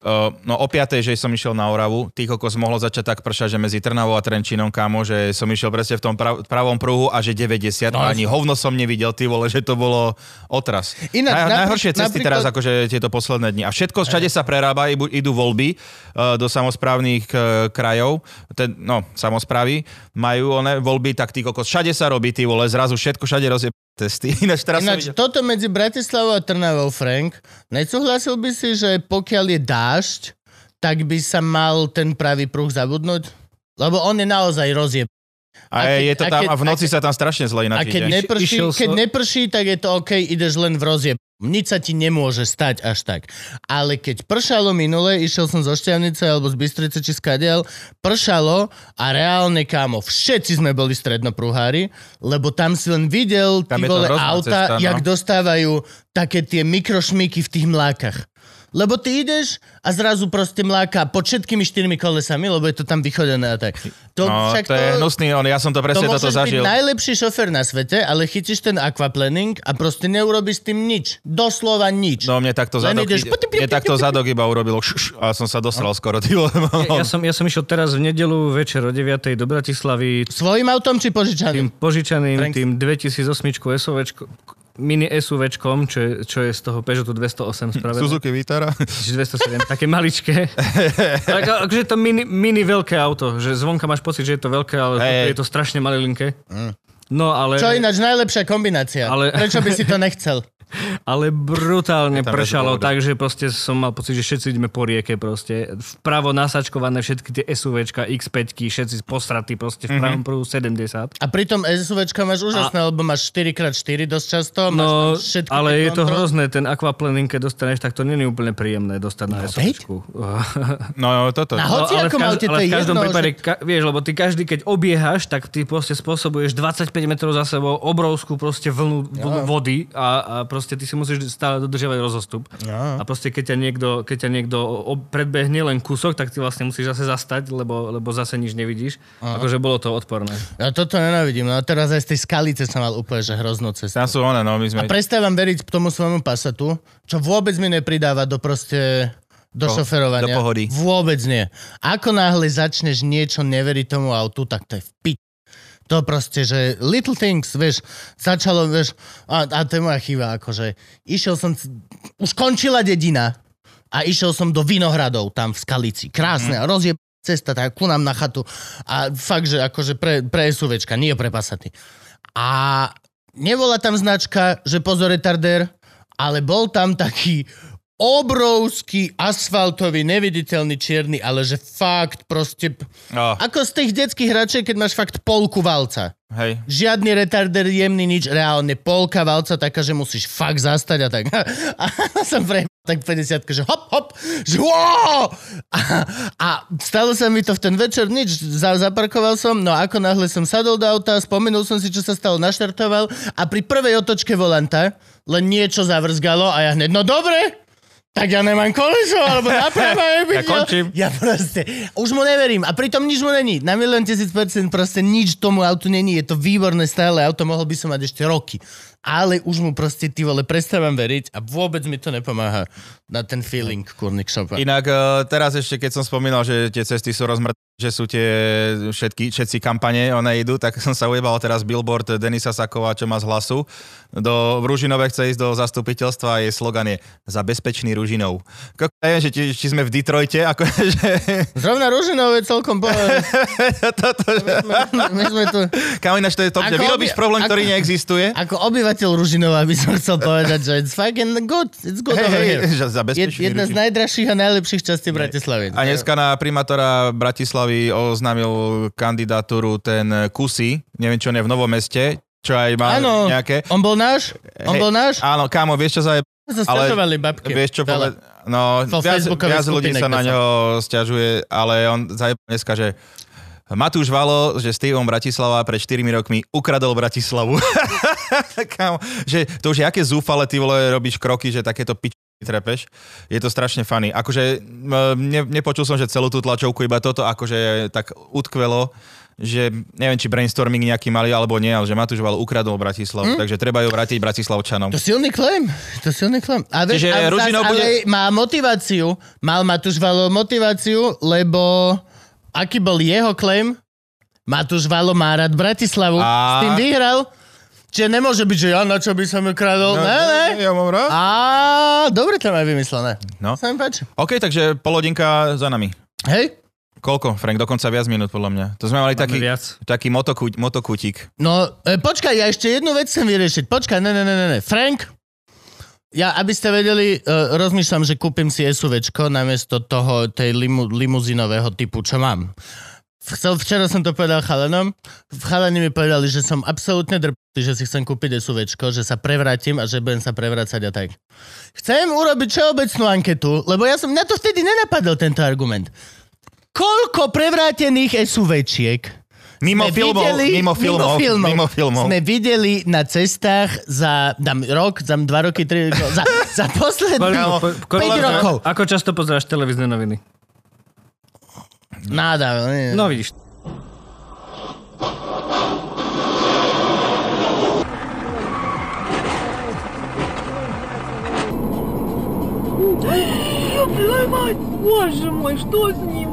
A: Uh, no o 5. že som išiel na Oravu, ty kokos mohlo začať tak pršať, že medzi Trnavou a Trenčínom, kámo, že som išiel presne v tom prav- pravom pruhu a že 90, no,
B: No,
A: ani hovno som nevidel, ty vole, že to bolo otras.
B: Ináč,
A: Naj-
B: naprík-
A: najhoršie cesty
B: napríklad-
A: teraz, akože tieto posledné dni. A všetko, všade sa prerába, ibu- idú voľby uh, do samozprávnych uh, krajov, ten, no, samozprávy, majú one voľby, tak ty kokos, všade sa robí, ty vole, zrazu všetko, všade rozje testy. Ináč teraz som
B: Ináč,
A: videl...
B: toto medzi Bratislavou a Trnavou, Frank, nesúhlasil by si, že pokiaľ je dážď, tak by sa mal ten pravý pruh zabudnúť? Lebo on je naozaj rozjeb.
A: A,
B: a
A: je
B: keď-
A: to
B: a
A: tam,
B: keď-
A: a v noci
B: a
A: sa tam strašne zle ináč
B: A keď
A: ide.
B: neprší,
C: Išiel
B: keď
C: som-
B: neprší, tak je to OK, ideš len v rozjeb. Nič sa ti nemôže stať až tak. Ale keď pršalo minule, išiel som zo Šťavnice alebo z Bystrice či skadiel, pršalo a reálne kámo, všetci sme boli strednoprúhári, lebo tam si len videl
A: Tam
B: tam ty
A: je to
B: vole
A: hrozná cesta,
B: auta,
A: no.
B: jak dostávajú také tie mikrošmíky v tých mlákach. Lebo ty ideš a zrazu proste mláka pod všetkými štyrmi kolesami, lebo je to tam vychodené a tak. To,
A: No,
B: však
A: to je hnusný on, ja som to
B: to
A: presne toto
B: No, môžeš
A: zažil.
B: byť najlepší šofer na svete, ale chytíš ten aquaplaning a proste neurobiš s tým nič. Doslova nič.
A: No mne takto
B: Len
A: zadok,
B: ideš-
A: ide- mne takto zadok iba urobil šš, a som sa
B: No.
A: dosral skoro. Ty vole,
C: Ja, ja, som, ja som išiel teraz v nedelu večer o 9. do Bratislavy
B: Svojim autom či
C: tým
B: požičaným?
C: požičaným,
B: Frank-
C: tým 2008 SUVčko, mini SUVčkom, čo je, čo je z toho Peugeotu 208 spravené.
A: Suzuki Vitara.
C: 207, také maličké. tak, akože je to mini, mini veľké auto, že zvonka máš pocit, že je to veľké, ale
A: Hej.
C: hey. je to strašne malilinké. No ale,
B: Mm. Čo ináč najlepšia kombinácia.
C: Ale-
B: Prečo by si to nechcel?
C: ale
A: Je
C: brutálne
A: tam
C: pršalo,
A: väčšia pohoda.
C: takže proste som mal pocit, že všetci ideme po rieke proste. Vpravo nasačkované všetky tie SUVčka, X5, všetci posratí
A: Mhm.
C: proste v pravom prúhu 70.
B: A pritom SUVčka máš úžasné, lebo máš 4x4 dosť často. Máš
C: No,
B: tam všetky
C: ale
B: tie
C: je to
B: kontroly.
C: hrozné, ten aquaplaning, keď dostaneš, tak to není úplne príjemné dostať na SUVčku.
A: No, no, toto.
B: Na hoci
C: ale
B: akom
C: v,
B: aute to
C: ale
B: je
C: v každom
B: jedno,
C: prípade,
B: že-
C: ka, vieš, lebo ty každý, keď obiehaš, tak ty proste spôsobuješ 25 metrov za sebou obrovskú proste vlnu v- vody a, a proste ty si musíš stále dodržiavať rozostup. A proste keď ťa niekto, keď ťa niekto ob- predbehne len kúsok, tak ty vlastne musíš zase zastať, lebo, lebo zase nič nevidíš. Akože bolo to odporné.
B: Ja toto nenávidím. No a teraz aj z tej skalice som mal úplne, že hroznú cestu.
A: Tam sú one, no, my sme...
B: Prestávam veriť tomu svojmu pasatu, čo vôbec mi nepridáva do proste do
A: Po-
B: šoferovania.
A: do pohody.
B: Vôbec nie. Ako náhle začneš niečo neveriť tomu autu, tak to je v pi... To proste, že little things, vieš, začalo, vieš, a, a to je moja chyba, akože išiel som, c- už končila dedina a išiel som do Vinohradov tam v Skalici. Krásne, mm. rozjeb cesta, tak ku nám na chatu a fakt, že akože pre, pre SUVčka, nie pre Passaty. A nebola tam značka, že pozor retardér, ale bol tam taký obrovský asfaltový, neviditeľný čierny, ale že fakt proste...
A: No,
B: Ako z tých detských hračiek, keď máš fakt polku valca.
A: hej.
B: Žiadny retarder, jemný, nič, reálne polka valca taká, že musíš fakt zastať a tak. A som pre tak 50 že hop, hop, že wow! a, a stalo sa mi to v ten večer, nič, za, zaparkoval som, no a ako náhle som sadol do auta, spomenul som si, čo sa stalo, naštartoval a pri prvej otočke volanta len niečo zavrzgalo a ja hneď, no dobre, tak ja nemám koleso, alebo naprava je
A: Ja končím.
B: ja proste, už mu neverím. A pritom nič mu není. Na milión tisíc percent proste nič tomu autu není. Je to výborné stále auto, mohol by som mať ešte roky. Ale už mu proste, ty vole, prestávam veriť a vôbec mi to nepomáha na ten feeling, kurník šopa.
A: Inak eh, teraz ešte, keď som spomínal, že tie cesty sú rozmrt že sú tie všetky, všetci kampane, one idú, tak som sa ujebal teraz billboard Denisa Sakova, čo má z hlasu. Do v Ružinove chce ísť do zastupiteľstva a jej slogan je za bezpečný Ružinov. Ko- neviem, že či, či, sme v Detroite, ako, že
B: Zrovna Ružinov je celkom po...
A: toto, že...
B: My sme tu...
A: Kam ináč to je top, že
B: Ako
A: vyrobíš
B: obie-
A: problém, ktorý
B: ako-
A: neexistuje.
B: Ako obyvateľ Ružinova by som chcel povedať, že it's fucking good. It's good
A: Hej,
B: over
A: hej,
B: here.
A: že za
B: Jed,
A: bezpečný
B: jedna z
A: Ružinov.
B: najdražších a najlepších častí Bratislavy.
A: A dneska na primátora Bratislavy oznámil kandidatúru ten Kusy, neviem čo on je v Novom meste, čo aj má
B: Áno,
A: nejaké.
B: on bol náš? On
A: Hej,
B: bol náš?
A: Áno, kámo, vieš čo za
B: Sa
A: ale-
B: stiažovali babky.
A: Vieš čo povedať?
B: Veľa.
A: No,
B: Vo
A: viac,
B: facebookovej
A: viac ľudí
B: skupine,
A: sa
B: kde
A: na
B: sa-
A: neho stiažuje, ale on zajebal dneska, že Matúš Valo, že Steveom Bratislava pred 4 rokmi ukradol Bratislavu. Kámo, že to už je aké zúfale, ty vole, robíš kroky, že takéto pič trepeš. Je to strašne funny. Akože m, ne, nepočul som, že celú tú tlačovku iba toto akože tak utkvelo, že neviem, či brainstorming nejaký mali alebo nie, ale že Matúš Valo ukradol Bratislavu, takže treba ju vrátiť Bratislavčanom.
B: Hm? To silný claim, to silný claim. A vieš,
A: Čiže
B: a
A: Ružinov
B: zás,
A: bude-
B: ale má motiváciu, mal Matúš Valo motiváciu, lebo aký bol jeho claim? Matúš Valo má rád Bratislavu,
A: A-
B: a... s tým vyhral. Čiže nemôže byť, že ja na čo by som ju kradol. No, ne, ne.
A: Ja mám rád.
B: A dobre to má vymyslené.
A: No.
B: Sa mi páči.
A: OK, takže polodinka za nami.
B: Hej,
A: Koľko, Frank? Dokonca viac minút, podľa mňa. To sme mali taký,
C: viac.
A: taký motoku, motokutík.
B: no e, počkaj, ja ešte jednu vec chcem vyriešiť. Počkaj, ne, ne, ne, ne, ne. Frank, ja, aby ste vedeli, e, rozmýšľam, že kúpim si SUVčko namiesto toho, tej limu, limuzinového typu, čo mám. Chcel, včera som to povedal chalanom. Chalani mi povedali, že som absolútne drpný, že si chcem kúpiť SUVčko, že sa prevrátim a že budem sa prevrácať a tak. Chcem urobiť všeobecnú anketu, lebo ja som na to vtedy nenapadol tento argument. Koľko prevrátených SUVčiek
A: Mimo filmov, mimo filmov, mimo filmov.
B: sme videli na cestách za dám, rok, za dva roky, tri roky, za, za posledných
A: Kámo,
C: po-
B: 5
C: koľko-
B: rokov.
C: Ako často pozeráš televízne noviny?
B: Náda, nie.
C: No vidíš.
D: Ой, мать, боже мой, что с ним?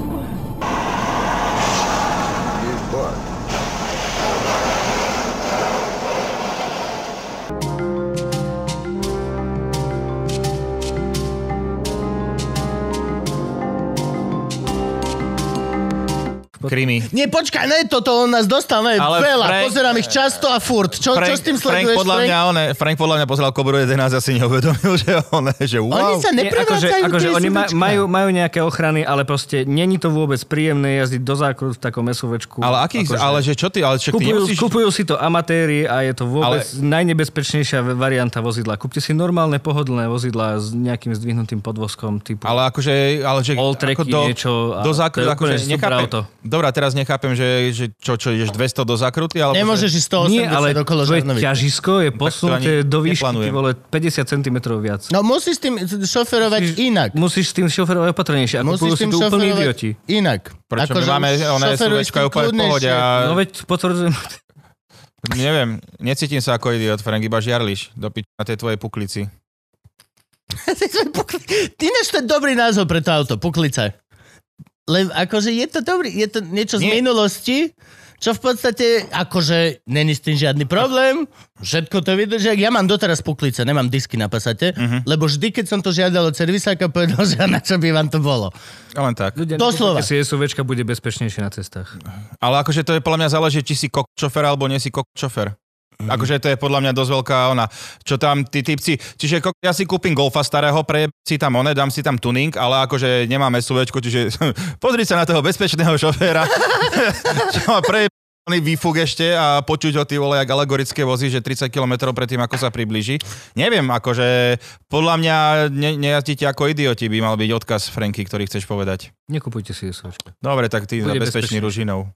A: Krimi.
B: Nie, počkaj, ne, toto on nás dostal, ne,
A: Ale
B: veľa,
A: Frank-
B: pozerám ich často a furt. Čo, čo s tým sleduješ,
A: Frank podľa, mňa, on, Frank podľa mňa pozeral Kobru 11 asi neuvedomil, že, on, že wow.
B: Oni sa
C: Nie, akože,
B: neprevádzajú
C: akože
B: tie
C: oni ma,
B: SUVčka.
C: majú, majú nejaké ochrany, ale proste není to vôbec príjemné jazdiť do zákrut v takom SUVčku.
A: Ale, aký,
C: Akože-
A: ale že čo ty, ale čo ty
C: Kupujú,
A: nemusíš...
C: kupujú si to amatéri a je to vôbec
A: Ale-
C: ale... najnebezpečnejšia v- varianta vozidla. Kúpte si normálne pohodlné vozidla s nejakým zdvihnutým podvozkom typu.
A: Ale akože, ale že
C: All tracky,
A: do,
C: niečo a
A: do
C: to je
A: zákrut,
C: úplne
A: akože
C: super
A: nechápem.
C: auto.
A: Dobrá, teraz nechápem, že, že čo, čo ideš 200 do zákruty, alebo...
B: Nemôžeš
A: že,
B: ísť 180
C: Nie, ale
B: okolo
C: tvoje ťažisko je posunuté
A: ani
C: do výšky
A: neplánujem.
C: ty vole, 50 cm viac.
B: No musíš s tým šoferovať
C: Musíš-
B: inak.
C: Musíš s tým šoferovať opatrnejšie. A
B: Musíš
C: kupujú
B: s
C: si
B: tým
C: to úplne
B: šoferovať
C: idioti.
B: inak.
A: Prečo my máme, ona
B: už
A: je
B: akože šoferuješ
A: súvečka, je úplne
B: tým
A: v pohode
B: kľudnejšie.
A: a
C: No veď potvrdzujem.
A: neviem, necítim sa ako idiot, Frank, iba žiarliš do pič na tej tvojej puklici.
B: Ináč to je dobrý názov pre to auto, puklice. Le, akože je to dobrý, je to niečo z
A: Nie.
B: minulosti, čo v podstate, akože není s tým žiadny problém, všetko to vydržia. Ja mám doteraz puklice, nemám disky na Passate,
A: Mhm.
B: lebo vždy, keď som to žiadal od servisáka, povedal, že na čo by vám to bolo.
A: Len tak.
C: Ľudia,
B: Doslova.
C: nekúpujte si SUVčka bude bezpečnejšie na cestách.
A: Ale akože to je podľa mňa záleží, či si kokčofer alebo nie si kokčofer. Akože to je podľa mňa dosť veľká ona, čo tam tí typci, čiže ko- ja si kúpim Golfa starého, pre si tam one, dám si tam tuning, ale akože nemám SUVčko, čiže pozri sa na toho bezpečného šoféra, čo má pre výfuk ešte a počuť ho ty vole, jak alegorické vozy, že 30 km predtým, ako sa priblíži. Neviem, akože podľa mňa ne, nejazdíte ako idioti, by mal byť odkaz Franky, ktorý chceš povedať.
C: Nekupujte si SUVčka.
A: Dobre, tak ty za
C: Bude
A: bezpečný
C: bezpečný.
A: ružinou.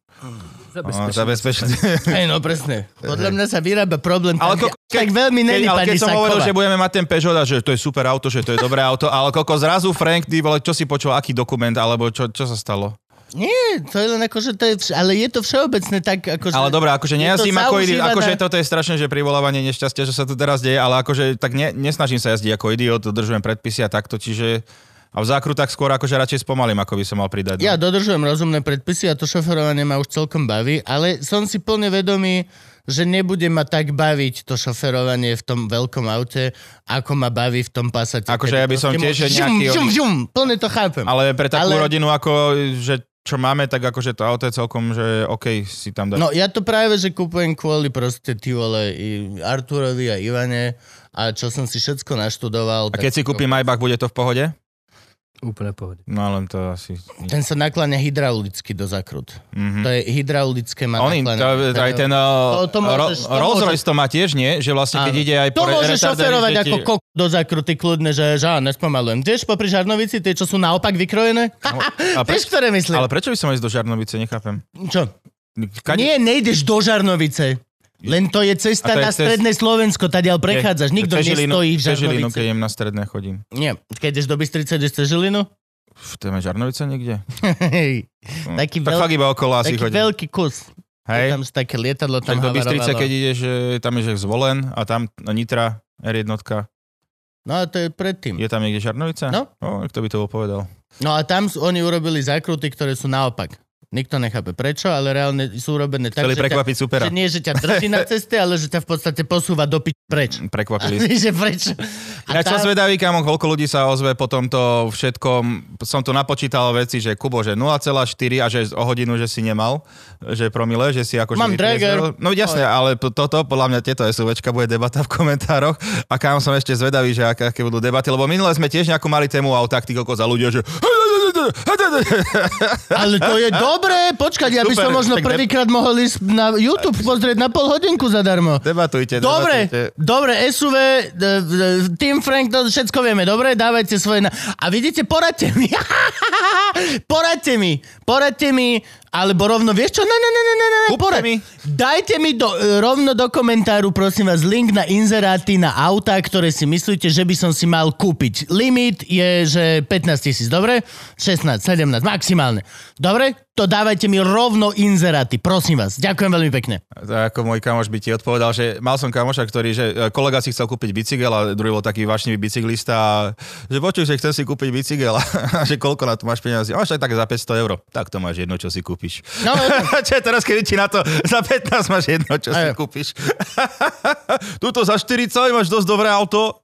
C: Zabezpečte
A: Á,
C: si.
A: Za bezpečný.
B: Hej, no presne. Podľa mňa sa vyrába problém
A: Ale ko-
B: tam, kde tak veľmi
A: Keď,
B: není
A: ale
B: pani
A: keď som hovoril,
B: Saková.
A: že budeme mať ten Peugeot a že to je super auto, že to je dobré auto, ale koľko zrazu Frank, ty vole, čo si počul, aký dokument, alebo čo, čo sa stalo?
B: Nie, to je len akože, to je, vš- ale je to všeobecné tak, akože...
A: Ale dobré, akože
B: to
A: nejazdím ako idiot,
B: zaužívané-
A: akože toto je strašné, že privolávanie nešťastia, že sa to teraz deje, ale akože tak ne, nesnažím sa jazdiť ako idiot, dodržujem predpisy a takto, čiže a v zákrutách skôr akože radšej spomalím, ako by som mal pridať. no.
B: Ja dodržujem rozumné predpisy a to šoferovanie ma už celkom baví, ale som si plne vedomý, že nebude ma tak baviť to šoferovanie v tom veľkom aute, ako ma baví v tom pasate.
A: Akože
B: Kedy
A: ja by som
B: proste
A: tiež, že
B: môžem-
A: nejaký
B: Žum, žum,
A: oni-
B: žum, plne to chápem.
A: Ale pre takú
B: Ale-
A: rodinu, ako, že čo máme, tak akože to auto je celkom, že OK, si tam dá.
B: No ja to práve, že kupujem kvôli proste ty vole i Arturovi a Ivane a čo som si všetko naštudoval.
A: a keď
B: tak-
A: si kúpim Maybach, bude to v pohode?
C: Úplne v pohode.
A: No len to asi...
B: Ten sa nakláňa hydraulicky do zakrut.
A: Mhm.
B: To je hydraulické má
A: Oni, to,
B: nakláňanie.
A: aj ten uh,
B: To- to môžeš- to môžeš-
A: Rolls Royce to má tiež, nie? Že vlastne keď
B: Áno.
A: ide aj
B: To
A: pre
B: môže
A: retardovaných
B: šoferovať
A: detí-
B: ako kok do zakruty kľudne, že žá, nespomalujem. Vieš popri Žarnovici, tie, čo sú naopak vykrojené?
A: No, A preč-
B: Vieš, ktoré myslím?
A: Ale prečo by som mal ísť do Žarnovice, nechápem.
B: Čo?
A: Kade-
B: Nie, nejdeš do Žarnovice. Len to je
A: A to
B: cesta
A: je
B: na
A: cest-
B: stredné Slovensko, tadiaľ prechádzaš. Nikto
A: Cez Žilinu-
B: nestojí v
A: cez Žilinu,
B: Žarnovici.
A: keď idem na stredné chodím.
B: Nie, keď ideš do Bystrice, ideš cez Žilinu?
A: V téme Žarnovice niekde?
B: Hej,
A: Hm.
B: Taký
A: tak
B: veľký-
A: fakt iba okolo asi
B: taký
A: chodím.
B: veľký kus.
A: Hej?
B: Tam sú také lietadlo,
A: Tak
B: tam
A: do Bystrice,
B: havarovalo.
A: keď ideš, že tam je že zvolen a tam Nitra, R1,
B: No a to je predtým.
A: je tam niekde Žarnovica?
B: No.
A: O, kto by to bol povedal?
B: No a tam sú, oni urobili zakruty, ktoré sú naopak. Nikto nechápe prečo, ale reálne sú urobené tak,
A: Chceli
B: že ťa-
A: prekvapiť supera.
B: Že nie, že ťa drží na ceste, ale že ťa v podstate posúva do pič preč.
A: Prekvapili
B: že prečo?
A: Ja som zvedavý, kamo, koľko ľudí sa ozve po tomto všetkom. Som tu napočítal veci, že Kubo, že 0,4 a že o hodinu, že si nemal, že promile, že si akože...
B: Mám
A: vytriezvel.
B: Dräger.
A: No jasné, ale p- toto, podľa mňa tieto SUVčka bude debata v komentároch a kam som ešte zvedavý, že aké, aké budú debaty, lebo minule sme tiež nejakú mali tému o taktikoko za ľudia, že
B: Ale to je dobré, počkať, ja by
A: Super,
B: som možno
A: tak ne-
B: prvýkrát mohol ísť na YouTube pozrieť na pol hodinku zadarmo.
A: Debatujte,
B: Dobre,
A: debatujte.
B: dobre, SUV, e, e, Team Frank, to všetko vieme, dobre, dávajte svoje... Na... A vidíte, poradte mi. poradte mi, poradte mi, alebo rovno, vieš čo, ne, ne, ne, ne, ne, ne,
A: Kúpte
B: porad-
A: mi.
B: Dajte mi do, e, rovno do komentáru, prosím vás, link na inzeráty na autá, ktoré si myslíte, že by som si mal kúpiť. Limit je, že 15 tisíc, dobre? 16, 17, maximálne. Dobre? To dávajte mi rovno inzeráty, prosím vás. Ďakujem veľmi pekne.
A: To ako môj kamoš by ti odpovedal, že mal som kamoša, ktorý, že e, kolega si chcel kúpiť bicykel a druhý bol taký vášnivý bicyklista a že počuj, že chcem si kúpiť bicykel a že koľko na to máš peniazy. A však tak za 500 eur. Tak to máš jedno, čo si kúpiš.
B: No,
A: Čo je teraz, keď ti na to za 15 máš jedno, čo si
B: Aj.
A: kúpiš. Tuto za 40 máš dosť dobré auto.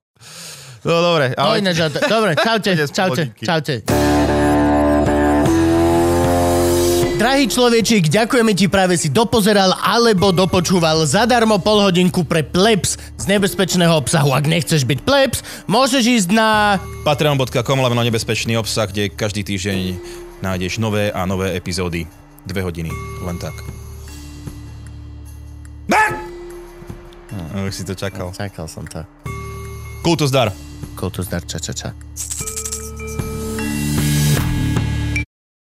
A: No dobre,
B: No
A: ale...
B: iné, že... Dobre, čaute,
A: Ide
B: čaute,
A: spoludinky.
B: čaute. Drahý človečik, ďakujeme ti, práve si dopozeral alebo dopočúval zadarmo pol hodinku pre plebs z nebezpečného obsahu. Ak nechceš byť plebs, môžeš ísť na...
A: Patreon.com, lebo nebezpečný obsah, kde každý týždeň nájdeš nové a nové epizódy. Dve hodiny, len tak. Už si to čakal.
B: Čakal som to.
A: Hm, Kultus dar.
B: Kultus dar, ča, ča, ča.